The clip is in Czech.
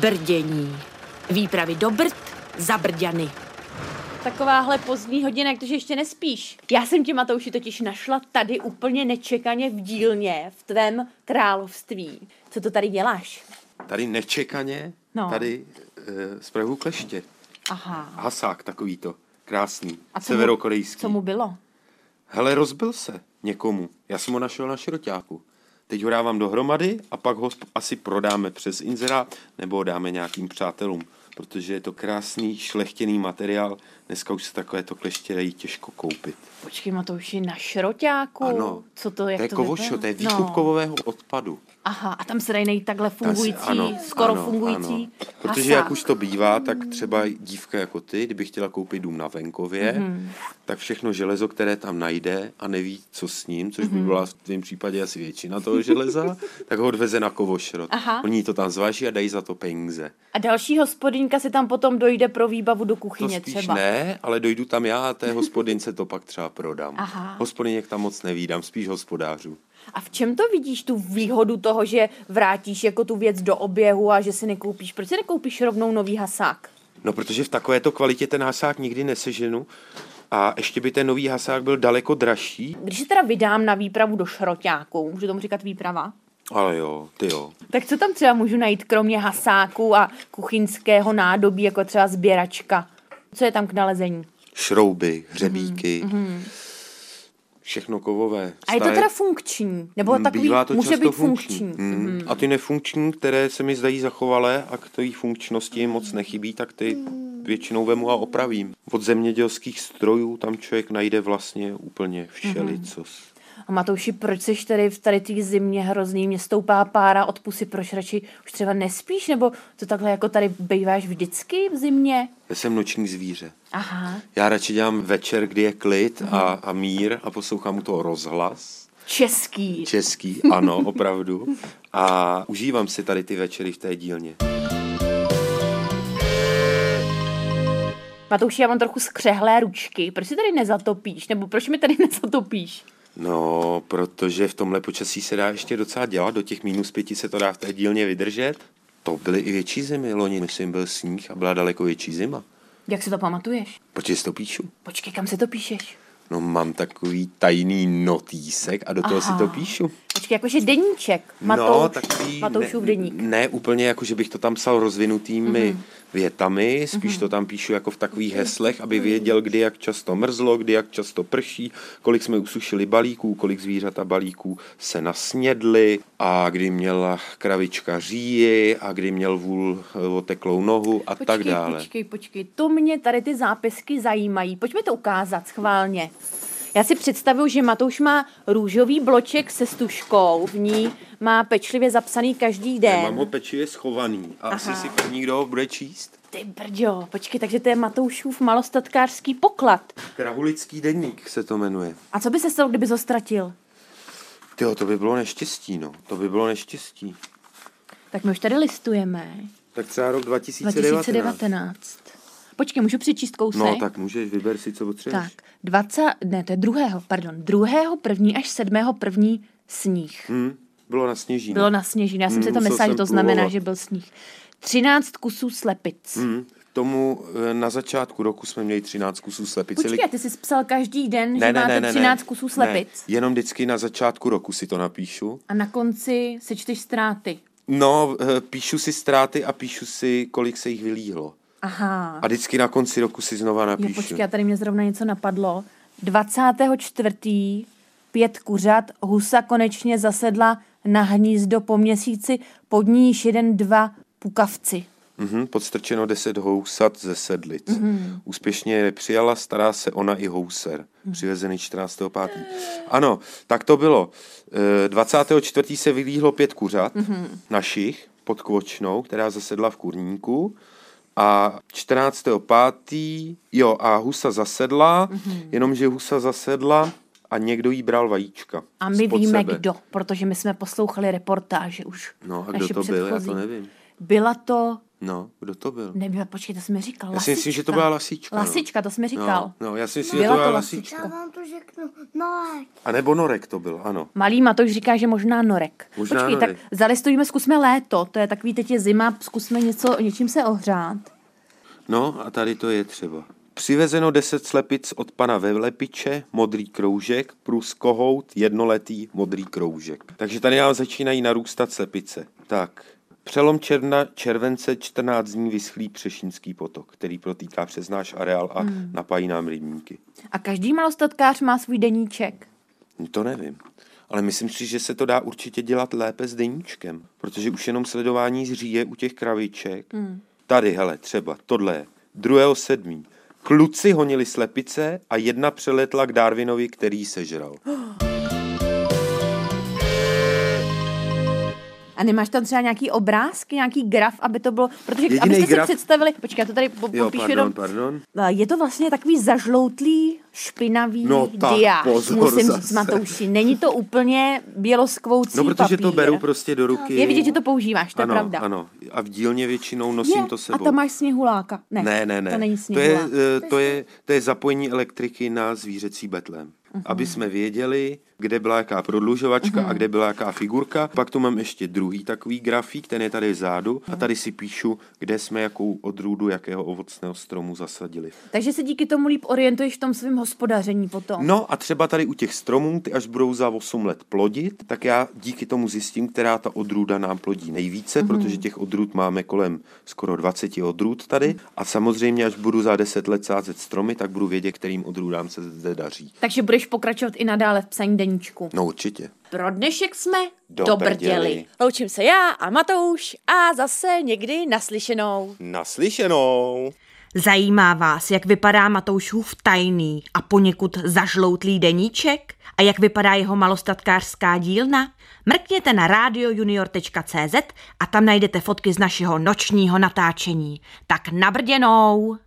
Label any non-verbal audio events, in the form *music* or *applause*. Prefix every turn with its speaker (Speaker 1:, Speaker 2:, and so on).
Speaker 1: Brdění. Výpravy do Brd za Brďany.
Speaker 2: Takováhle pozdní hodina, když ještě nespíš. Já jsem tě, Matouši, totiž našla tady úplně nečekaně v dílně v tvém království. Co to tady děláš?
Speaker 3: Tady nečekaně,
Speaker 2: No.
Speaker 3: no. tady e, z Prahu kleště.
Speaker 2: Aha.
Speaker 3: Hasák takový to, krásný,
Speaker 2: A co mu-
Speaker 3: severokorejský.
Speaker 2: Co mu bylo?
Speaker 3: Hele, rozbil se někomu. Já jsem ho našel na široťáku. Teď ho dávám dohromady a pak ho sp- asi prodáme přes inzerát nebo ho dáme nějakým přátelům, protože je to krásný šlechtěný materiál. Dneska už se takovéto kleště dají těžko koupit.
Speaker 2: Počkej, Matouši, na šroťáku?
Speaker 3: Ano.
Speaker 2: Co to, jak
Speaker 3: to je
Speaker 2: to
Speaker 3: kovošo,
Speaker 2: vypadá?
Speaker 3: to je výkup
Speaker 2: No.
Speaker 3: kovového odpadu.
Speaker 2: Aha, a tam se dají najít takhle
Speaker 3: Tam se-
Speaker 2: fungující, skoro fungující
Speaker 3: Ano. Protože
Speaker 2: hasák.
Speaker 3: jak už to bývá, tak třeba dívka jako ty, kdyby chtěla koupit dům na venkově,
Speaker 2: Mhm.
Speaker 3: mm-hmm. tak všechno železo, které tam najde a neví, co s ním, což mm-hmm.
Speaker 2: Mhm.
Speaker 3: by byla v tvém případě asi většina
Speaker 2: *laughs*
Speaker 3: toho železa, tak ho odveze na kovošrot.
Speaker 2: Aha.
Speaker 3: Oni jí to tam zváží a dají za to peníze.
Speaker 2: A další hospodinka si tam potom dojde pro výbavu do
Speaker 3: To
Speaker 2: kuchyně
Speaker 3: spíš
Speaker 2: třeba.
Speaker 3: ne, ale dojdu tam já a té hospodince to pak třeba prodám.
Speaker 2: Aha.
Speaker 3: Hospodiněk tam moc nevídám, spíš hospodářů.
Speaker 2: A v čem to vidíš tu výhodu toho, že vrátíš jako tu věc do oběhu a že si nekoupíš? Proč si nekoupíš rovnou nový hasák?
Speaker 3: No, protože v takovéto kvalitě ten hasák nikdy neseženu a ještě by ten nový hasák byl daleko dražší,
Speaker 2: Když se teda vydám na výpravu do šroťáku, můžu tomu říkat výprava?
Speaker 3: Ale jo, ty jo.
Speaker 2: Tak co tam třeba můžu najít kromě hasáku a kuchyňského nádobí, jako třeba sběračka? Co je tam k nalezení?
Speaker 3: Šrouby, hřebíky, mm-hmm. všechno kovové.
Speaker 2: A je to teda funkční? Nebo takový
Speaker 3: Mm, bývá to
Speaker 2: může
Speaker 3: často
Speaker 2: být funkční? Mm-hmm.
Speaker 3: Mm. A ty nefunkční, které se mi zdají zachovalé a k té funkčnosti moc nechybí, tak ty
Speaker 2: Mm.
Speaker 3: většinou vemu a opravím. Od zemědělských strojů tam člověk najde vlastně úplně všelicos.
Speaker 2: A Matouši, proč seš tady v tady té zimě hrozný? Mě stoupá pára od pusy, proč radši už třeba nespíš? Nebo to takhle jako tady býváš vždycky v zimě?
Speaker 3: Já jsem noční zvíře.
Speaker 2: Aha.
Speaker 3: Já radši dělám večer, kdy je klid a,
Speaker 2: Mm-hmm.
Speaker 3: a mír a poslouchám u toho rozhlas.
Speaker 2: Český.
Speaker 3: Český, ano, *laughs* opravdu. A užívám si tady ty večery v té dílně.
Speaker 2: Matouši, já mám trochu skřehlé ručky. Proč si tady nezatopíš? Nebo proč mi tady *laughs* nezatopíš?
Speaker 3: No, protože v tomhle počasí se dá ještě docela dělat, do těch minus pěti se to dá v té dílně vydržet. To byly i větší zimy, loni, myslím, byl sníh a byla daleko větší zima.
Speaker 2: Jak si to pamatuješ?
Speaker 3: Proč si to píšu?
Speaker 2: Počkej, kam si to píšeš?
Speaker 3: No, mám takový tajný notýsek a do toho
Speaker 2: Aha.
Speaker 3: si to píšu.
Speaker 2: Počkej, jakože deníček. Matouš,
Speaker 3: no, takový
Speaker 2: Matoušův
Speaker 3: ne,
Speaker 2: deník. Mhm.
Speaker 3: ne úplně jako, že bych to tam psal rozvinutými mm-hmm. větami, spíš mm-hmm. to tam píšu jako v takových heslech, aby věděl, kdy jak často mrzlo, kdy jak často prší, kolik jsme usušili balíků, kolik zvířat a balíků se nasnědli a kdy měla kravička říji a kdy měl vůl eh, oteklou nohu a
Speaker 2: Počkej,
Speaker 3: tak dále.
Speaker 2: počkej, počkej. To mě tady ty zápisky zajímají. Pojďme to ukázat schválně. Já si představuju, že Matouš má růžový bloček se stužkou, v ní má pečlivě zapsaný každý den.
Speaker 3: Mám ho pečivě schovaný a Aha. asi
Speaker 2: Aha.
Speaker 3: si první, kdo ho bude číst.
Speaker 2: Ty brďo, počkej, takže to je Matoušův malostatkářský poklad.
Speaker 3: Krahulický deník se to jmenuje.
Speaker 2: A co by se stalo, kdyby ho ztratil?
Speaker 3: Tyjo, to by bylo neštěstí, no. To by bylo neštěstí.
Speaker 2: Tak my už tady listujeme.
Speaker 3: Tak třeba rok 2019.
Speaker 2: 2019. Počkej, můžu přečíst kousek?
Speaker 3: No, tak můžeš, vyber si, co potřebuješ.
Speaker 2: Tak, 20, ne, to je druhého, pardon, druhého první až sedmého první sníh.
Speaker 3: Hm, bylo na sněží.
Speaker 2: Bylo
Speaker 3: na...
Speaker 2: na sněží, já jsem si
Speaker 3: Mm,
Speaker 2: to
Speaker 3: musel
Speaker 2: myslela, že
Speaker 3: jsem
Speaker 2: to znamená,
Speaker 3: pluhovat.
Speaker 2: že byl sníh. 13 kusů slepic. Hmm.
Speaker 3: Hm, k tomu eh, na začátku roku jsme měli 13 kusů slepic.
Speaker 2: Počkej, a ty jsi psal každý den, že
Speaker 3: ne, ne,
Speaker 2: máte
Speaker 3: ne, ne,
Speaker 2: 13
Speaker 3: ne.
Speaker 2: kusů slepic.
Speaker 3: Ne, jenom vždycky na začátku roku si to napíšu.
Speaker 2: A na konci sečteš ztráty.
Speaker 3: No, eh, píšu si ztráty a píšu si, kolik se jich vylíhlo.
Speaker 2: Aha.
Speaker 3: A vždycky na konci roku si znova
Speaker 2: Jo,
Speaker 3: napíšu.
Speaker 2: počkej, a tady mě zrovna něco napadlo. 24. pět kuřat husa konečně zasedla na hnízdo po měsíci, pod níž jeden, dva pukavci.
Speaker 3: Mhm, podstrčeno 10 housat ze sedlic.
Speaker 2: Mhm.
Speaker 3: Mm-hmm. Úspěšně je přijala, stará se ona i houser. Přivezený 14.5. Ano, tak to bylo. Eh, 24. se vylíhlo pět kuřat mm-hmm.
Speaker 2: Mhm.
Speaker 3: našich pod kvočnou, která zasedla v kurníku. A 14.5. jo, a husa zasedla,
Speaker 2: Mhm.
Speaker 3: mm-hmm. jenomže husa zasedla a někdo jí bral vajíčka.
Speaker 2: A my
Speaker 3: spod
Speaker 2: víme
Speaker 3: sebe.
Speaker 2: kdo, protože my jsme poslouchali reportáže už.
Speaker 3: No a
Speaker 2: naše
Speaker 3: kdo to byl, já to
Speaker 2: předchozí.
Speaker 3: nevím.
Speaker 2: Byla to
Speaker 3: No, kdo to byl?
Speaker 2: Nebyla, počkej, to jsme říkal.
Speaker 3: Já si myslím, že to byla lasička. no.
Speaker 2: Lasička, to jsme říkal.
Speaker 3: No, no já si myslím, že
Speaker 2: Byla
Speaker 3: to byla
Speaker 2: to
Speaker 3: lasička.
Speaker 2: lasička.
Speaker 4: Já vám to řeknu. Malé.
Speaker 3: A nebo Norek to byl, ano.
Speaker 2: Malý Matoš říká, že možná norek.
Speaker 3: Možná
Speaker 2: Počkej,
Speaker 3: norek.
Speaker 2: tak zalistujeme, zkusme léto. To je takový, teď je zima, zkusme něco, něčím se ohřát.
Speaker 3: No a tady to je třeba. Přivezeno 10 slepic od pana Vevlepiče, modrý kroužek, plus kohout, jednoletý modrý kroužek. Takže tady nám začínají narůstat slepice. Tak, přelom června, července 14 dní vyschlý Přešínský potok, který protýká přes náš areál a hmm. napájí nám rybníky.
Speaker 2: A každý malostatkář má svůj deníček.
Speaker 3: To nevím. Ale myslím si, že se to dá určitě dělat lépe s deníčkem, protože už jenom sledování zříje u těch kraviček. Hmm. Tady, hele, třeba tohle je. 2. sedmí. Kluci honili slepice a jedna přeletla k Darwinovi, který
Speaker 2: *gasps*
Speaker 3: ji sežral.
Speaker 2: A nemáš tam třeba nějaký obrázky, nějaký graf, aby to bylo... Protože
Speaker 3: Jedinej
Speaker 2: abyste
Speaker 3: graf-
Speaker 2: si představili... Počkej, já to tady po,
Speaker 3: Jo,
Speaker 2: popíšu
Speaker 3: pardon,
Speaker 2: jenom...
Speaker 3: pardon. No,
Speaker 2: A Je to vlastně takový zažloutlý, špinavý
Speaker 3: No tak
Speaker 2: diář,
Speaker 3: pozor
Speaker 2: musím
Speaker 3: zase.
Speaker 2: říct Matouši. Není to úplně běloskvoucí
Speaker 3: No, protože
Speaker 2: papír.
Speaker 3: to beru prostě do ruky.
Speaker 2: Je vidět, že to používáš, to
Speaker 3: ano,
Speaker 2: je pravda.
Speaker 3: Ano, a v dílně většinou nosím
Speaker 2: je,
Speaker 3: to
Speaker 2: a
Speaker 3: sebou.
Speaker 2: tam máš sněhuláka. Ne,
Speaker 3: Ne, ne, ne.
Speaker 2: To není
Speaker 3: to, je,
Speaker 2: sněhulák.
Speaker 3: eh, to, je, to je zapojení elektriky na zvířecí betlem. Uh-huh. Aby jsme věděli, kde byla jaká prodlužovačka uh-huh. a kde byla jaká figurka. Pak tu mám ještě druhý takový grafík, ten je tady vzadu. Uh-huh. A tady si píšu, kde jsme jakou odrůdu jakého ovocného stromu zasadili.
Speaker 2: Takže se díky tomu líp orientuješ v tom svém hospodaření potom.
Speaker 3: No a třeba tady u těch stromů, ty až budou za 8 let plodit, tak já díky tomu zjistím, která ta odrůda nám plodí nejvíce, mm-hmm. protože těch odrůd máme kolem skoro 20 odrůd tady. A samozřejmě, až budu za 10 let sázet stromy, tak budu vědět, kterým odrůdám se zde daří.
Speaker 2: Takže budeš pokračovat i nadále v psaní deníčku.
Speaker 3: No určitě.
Speaker 1: Pro dnešek jsme
Speaker 3: Dobrděli.
Speaker 1: dobrděli.
Speaker 2: Loučím se já a Matouš a zase někdy naslyšenou.
Speaker 3: Naslyšenou!
Speaker 5: Zajímá vás, jak vypadá Matoušův tajný a poněkud zažloutlý deníček? A jak vypadá jeho malostatkářská dílna? Mrkněte na radiojunior.cz a tam najdete fotky z našeho nočního natáčení. Tak nabrděnou!